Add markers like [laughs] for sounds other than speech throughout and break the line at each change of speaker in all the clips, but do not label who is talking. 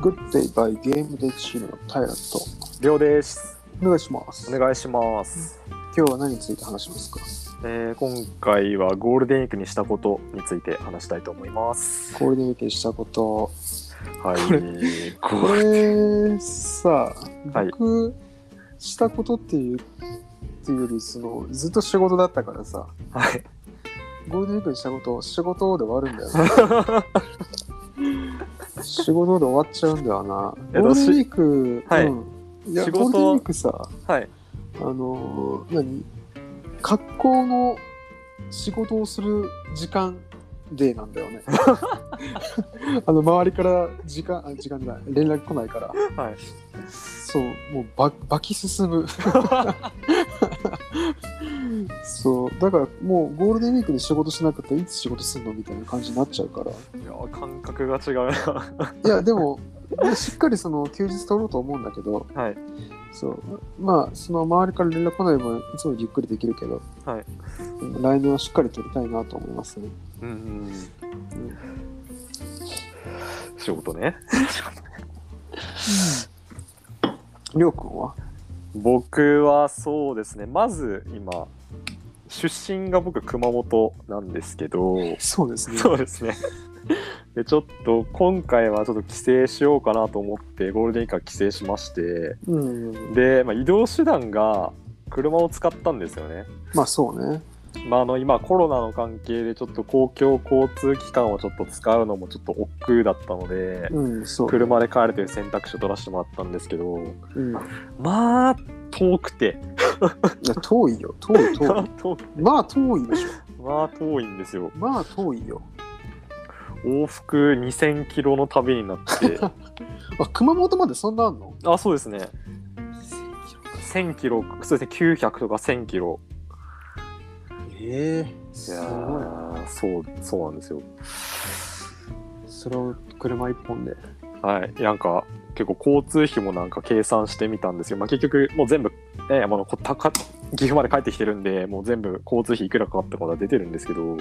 Good Day by ゲームでチームの平と
りょうです。
お願いします。
お願いします。
今日は何について話しますか
えー今回はゴールデンウィークにしたことについて話したいと思います。
ゴールデンウィークにしたこと。
はい。
これ
こ
これさ、
はい
僕、したことっていうっていうよりその、ずっと仕事だったからさ、
はい。
ゴールデンウィークにしたこと、仕事で終わるんだ
[laughs]
よな。仕事で終わっちゃうんだよ
え
な。
っと
ゴールデンウィーク、
しはい
うん、いや
仕
ゴ
事
ールデンウィークさ、
はい。
あのー何格好の仕事をする時間デーなんだよね。あの周りから時間あ時間じゃない連絡来ないから
はい。
そうもうばバキ進むそうだからもうゴールデンウィークで仕事しなくていつ仕事するのみたいな感じになっちゃうからい
いやー、感覚が違うな。
やでもねしっかりその休日取ろうと思うんだけど
はい。
そうまあその周りから連絡来ない分いつもゆっくりできるけど
はい。
来年はしっかり取りたいなと思いますね。
うんうん。仕事ね。
りょうくんは
僕はそうですね。まず今、出身が僕熊本なんですけど、
そうですね。
そうですね。で、ちょっと今回はちょっと帰省しようかなと思って、ゴールデンウィークは帰省しまして、
うん。
で、まあ、移動手段が車を使ったんですよね。
まあそうね。
まあ、あの今コロナの関係でちょっと公共交通機関をちょっと使うのもちょっと億劫だったので、
うん、そう。
車で帰るという選択肢を取らせてもらったんですけど、
うん、い
まあ、遠くて、
や遠いよ。遠い
ま
遠 [laughs]
あ
い。
[laughs] 遠く
まあ遠いでしょ。
まあ遠いんですよ。
まあ遠いよ。
往復2000キロの旅になって、
あ、熊本までそんなあんの
あ、そうですね。1000キロ、そうですね、900とか1000キロ。
ええ
い
す
や
ごいな。
ーそう、そうなんですよ。
それを車一本で。
はい、なんか結構交通費もなんか計算してみたんですけど、まあ、結局もう全部、ね、あのこたか岐阜まで帰ってきてるんでもう全部交通費いくらかかったかは出てるんですけど
うん。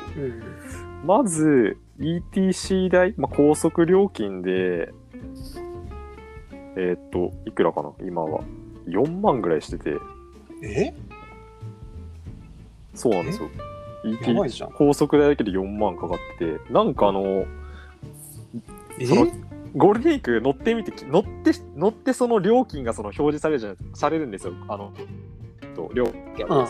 まず ETC 代、まあ、高速料金でえーっといくらかな今は4万ぐらいしてて
え
そうなんですよ ET
いじゃん。
高速代だけで4万かかっててなんかあの
え
そのゴールデンウィーク乗ってみてき乗って乗ってその料金がその表示されるじゃないされるんですよあのと料金ですみたいな、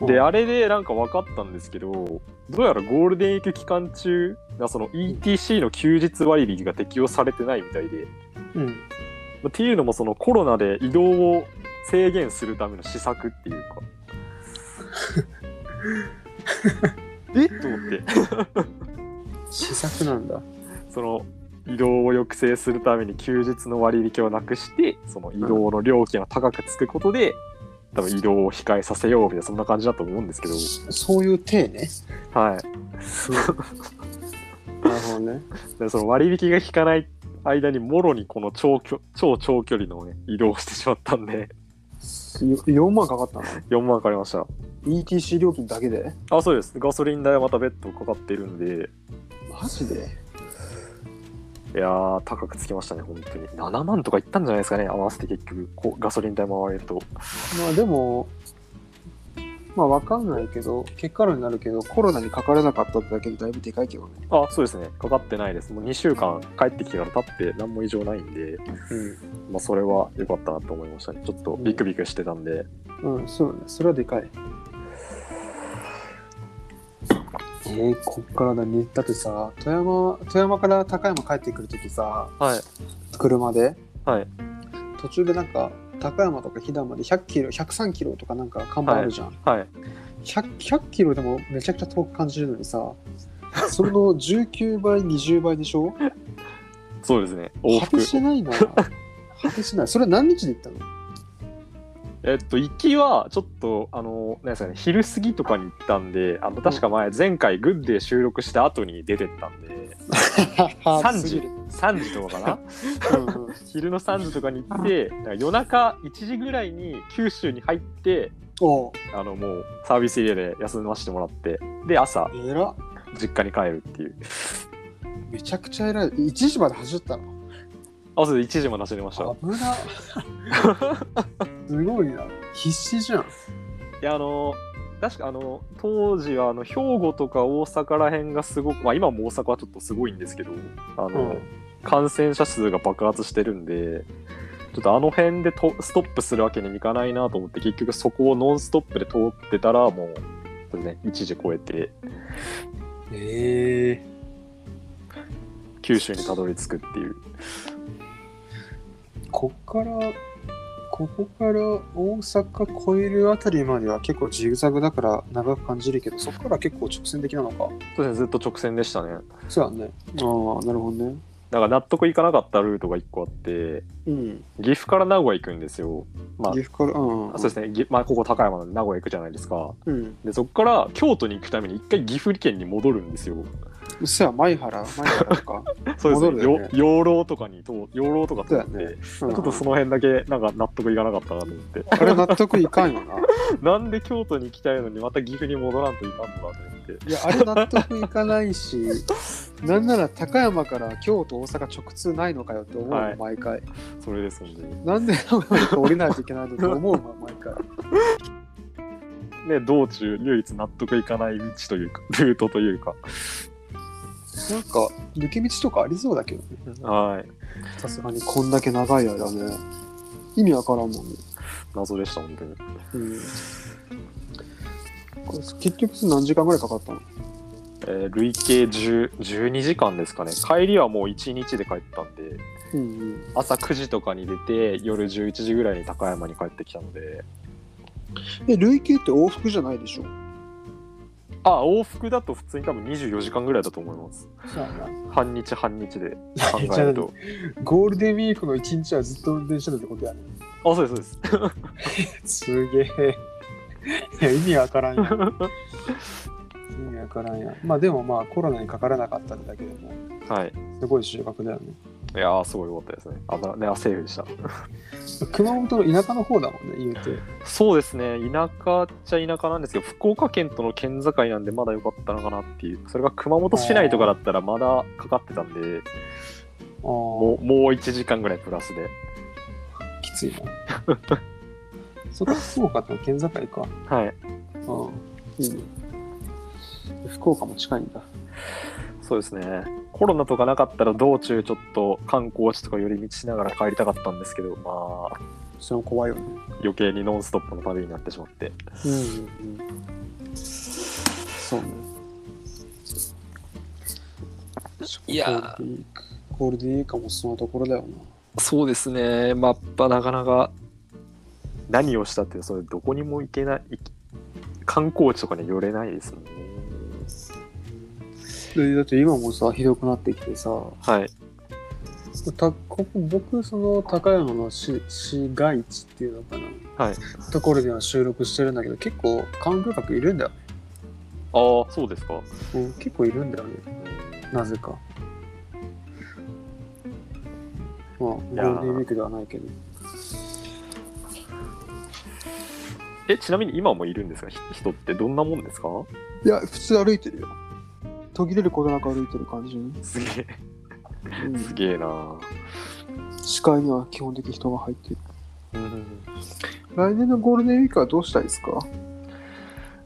うん
であれでなんか分かったんですけどどうやらゴールデンウィーク期間中がその ETC の休日割引が適用されてないみたいで、
うん。
まあっていうのもそのコロナで移動を制限するための施策っ
[laughs]
ていうかえっと思って
試作なんだ。
その移動を抑制するために休日の割引をなくしてその移動の料金を高くつくことで、多分移動を控えさせようみたいなそんな感じだと思うんですけど、
そういう体ね。
はい、
なるほどね。
でその割引が効かない間にもろにこの長距超長距離の、ね、移動をしてしまったんで [laughs]
4万かかったの
4万かかりました
?ETC 料金だけで
あそうですガソリン代はまた別途かかってるんで
マジで
いやー高くつきましたね本当に7万とかいったんじゃないですかね合わせて結局こうガソリン代も合われると
まあでも、まあわかんないけど、結果論になるけど、コロナにかからなかったってだけでだいぶでかいけどね。
あそうですねかかってないですもう2週間帰ってきてから経って何も異常ないんで、まあ、それは良かったなと思いましたねちょっとビクビクしてたんで、
うん。うん、そうね。それはでかい。えー、こっからだね。だってさ、富山、富山から高山帰ってくるときさ、
はい
車で、
はい
途中でなんか、高山とか飛騨まで100キロ、103キロとかなんか看板あるじゃん。
はい
100, 100キロでもめちゃくちゃ遠く感じるのにさ、それの19倍、20倍でしょ
そうですね往
果て
復
しないな。果てしない。それ何日で行ったの
えっと行きはちょっとあの何ですかね昼過ぎとかに行ったんであの確か前前回グッデー収録した後に出てったんで [laughs] 3時3時とかか [laughs] な昼の3時とかに行ってなんか夜中1時ぐらいに九州に入って
お
あのもうサービスエリアで休ませてもらってで朝
えら
実家に帰るっていう
めちゃくちゃえらい1時まで走ったの
朝1時まで走りました。い
危なすごいな必死じゃん
や、あの、確かあの、当時はあの兵庫とか大阪ら辺がすごく、まあ今も大阪はちょっとすごいんですけど、あの、
うん
感染者数が爆発してるんで、ちょっとあの辺でとストップするわけにもいかないなと思って、結局そこをノンストップで通ってたら、もう、そうですね、1時超えて、
ええ
九州にたどり着くっていう。
こっからここから大阪越えるあたりまでは結構ジグザグだから長く感じるけどそこから結構直線的なのか
そうですね、ずっと直線でしたね。
そうだねああなるほどね
だから納得いかなかったルートが1個あって、
うん
岐阜から名古屋行くんですよ。まあ
岐阜からうん
あそうですね、ぎまあ、ここ高山なんで名古屋行くじゃないですか。
うん
で、そこから京都に行くために一回岐阜県に戻るんですよ。
そや前原前原とか
そうですね、
戻るよ
よ
ね
養老とかに通、養老とか通
[laughs] そう
っ
や
て、
ねち
ちょ
ょ
っとその辺だけなんか納得いかなかったなと思って、
あれ納得いかんよな
なんで京都に行きたいのにまた岐阜に戻らんといかんのかと思って。
いやあれ納得いかない [laughs] しなんなら高山から京都大阪直通ないのかよって思う
はい
の毎回、
それです、本当に。
なんでなんか降りないといけないのって思うの [laughs] 毎回
で、道中、唯一納得いかない道というか、 [laughs] ルートというか。
なんか抜け道とかありそうだけどね
はい。
さすがにこんだけ長い間ね意味わからんもんね、
謎でした、本当に。
うん、これ結局何時間ぐらいかかったの
えー累計10 12時間ですかね帰りはもう1日で帰ったんで
うんうん
朝9時とかに出て夜11時ぐらいに高山に帰ってきたので
え累計って往復じゃないでしょ
あ往復だと普通に多分24時間ぐらいだと思います
そうやな
半日半日で考
じ
え
ゃあ
ると
ゴールデンウィークの一日はずっと運転してたってことやね
あそうですそうです
すげえいや意味わからんやん意味わからんやんまあでもまあコロナにかからなかったんだけども
はい
すごい収穫だよね
いやーすごい良かったですねあぶなねあセーフでした
熊本の田舎の方だもんね言うて
そうですね田舎っちゃ田舎なんですけど福岡県との県境なんでまだ良かったのかなっていうそれが熊本市内とかだったらまだかかってたんで
ああ
もうもう1時間ぐらいプラスで
きついなそっか福岡との県境か
はい
うんいいね福岡も近いんだ
そうですね。コロナとかなかったら道中ちょっと観光地とか寄り道しながら帰りたかったんですけど、まあ、
それも怖いよね
余計にノンストップの旅になってしまって。
うん、うん、そうね
いやー
ゴールデンウィークもそのところだよな
そうですね。まあ、やっぱなかなか何をしたって、それどこにも行けない、行き観光地とかには寄れないですもんね。
でだって今もさひどくなってきてさ
はい。
たここ僕その高山の市市街地っていうのかな、
はい、
ところでは収録してるんだけど結構観光客いるんだよ、ね
ああ、そうですか。
うん、結構いるんだよねなぜかまあゴ
やー
ールデンウィークではないけど
え、ちなみに今もいるんですかひ人ってどんなもんですか
いや普通歩いてるよ途切れることなく歩いてる感じ、
すげえ、
うん
すげえな。
視界には基本的に人が入ってる
うん
来年のゴールデンウィークはどうしたいですか、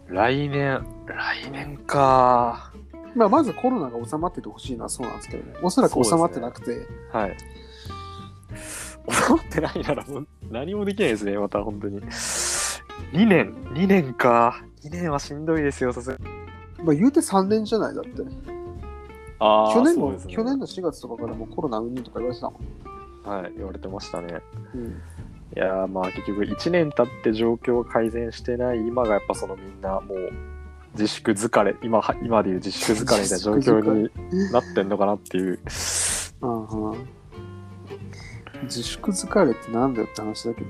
来年、来年か。
まあ、まずコロナが収まっててほしいのはそうなんですけどねおそらく収まってなくて、
はい。収まってないならもう何もできないですね、また本当に。2年、2年か。2年はしんどいですよ、さすがに。
まあ、言うて3年じゃないだって
あー
去年
そう
の、
ですね
去年の4月とかからもうコロナうんぬんとか言われてたもん、
はい、言われてましたね。
うん、
いやー、まあ結局1年経って状況が改善してない、今がやっぱそのみんなもう自粛疲れ、今は今でいう自粛疲れみたいな状況になってんのかなっていう。
うんうん自粛疲れってなんだよって話だけど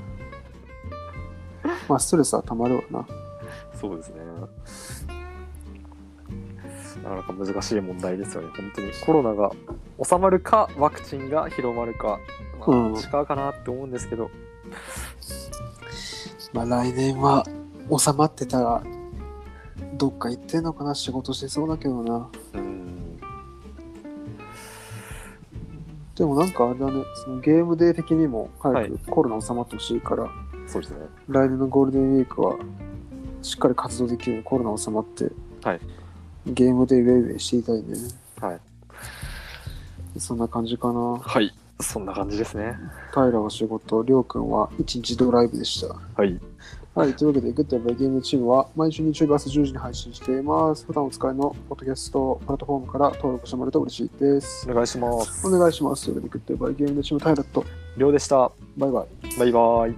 まあストレスはたまるわな
そうですね。なかなか難しい問題ですよね。本当にコロナが収まるか、ワクチンが広まるか、まあ
うん
どっちかかなって思うんですけど、
まあ来年は収まってたらどっか行ってんのかな仕事してそうだけどな
うん、
ででもなんかあれだね、そのゲームデー的にも
は
早
い
くコロナ収まってほしいから、
そうですね。
来年のゴールデンウィークはしっかり活動できるようにコロナ収まって、
はい
ゲームでウェイウェイしていたいね。
はい。
そんな感じかな。
はい。そんな感じですね。
平は仕事、りょうくんは一日ドライブでした。
はい。
はい、というわけで、グッドバイゲームチームは毎週日曜日朝10時に配信しています。普段お使いのポッドキャストプラットフォームから登録してもらえると嬉しいです。
お願いします。
お願いします。というわけで、グッドバイゲームチーム、平と、
りょうでした。
バイバイ。
バイバイ。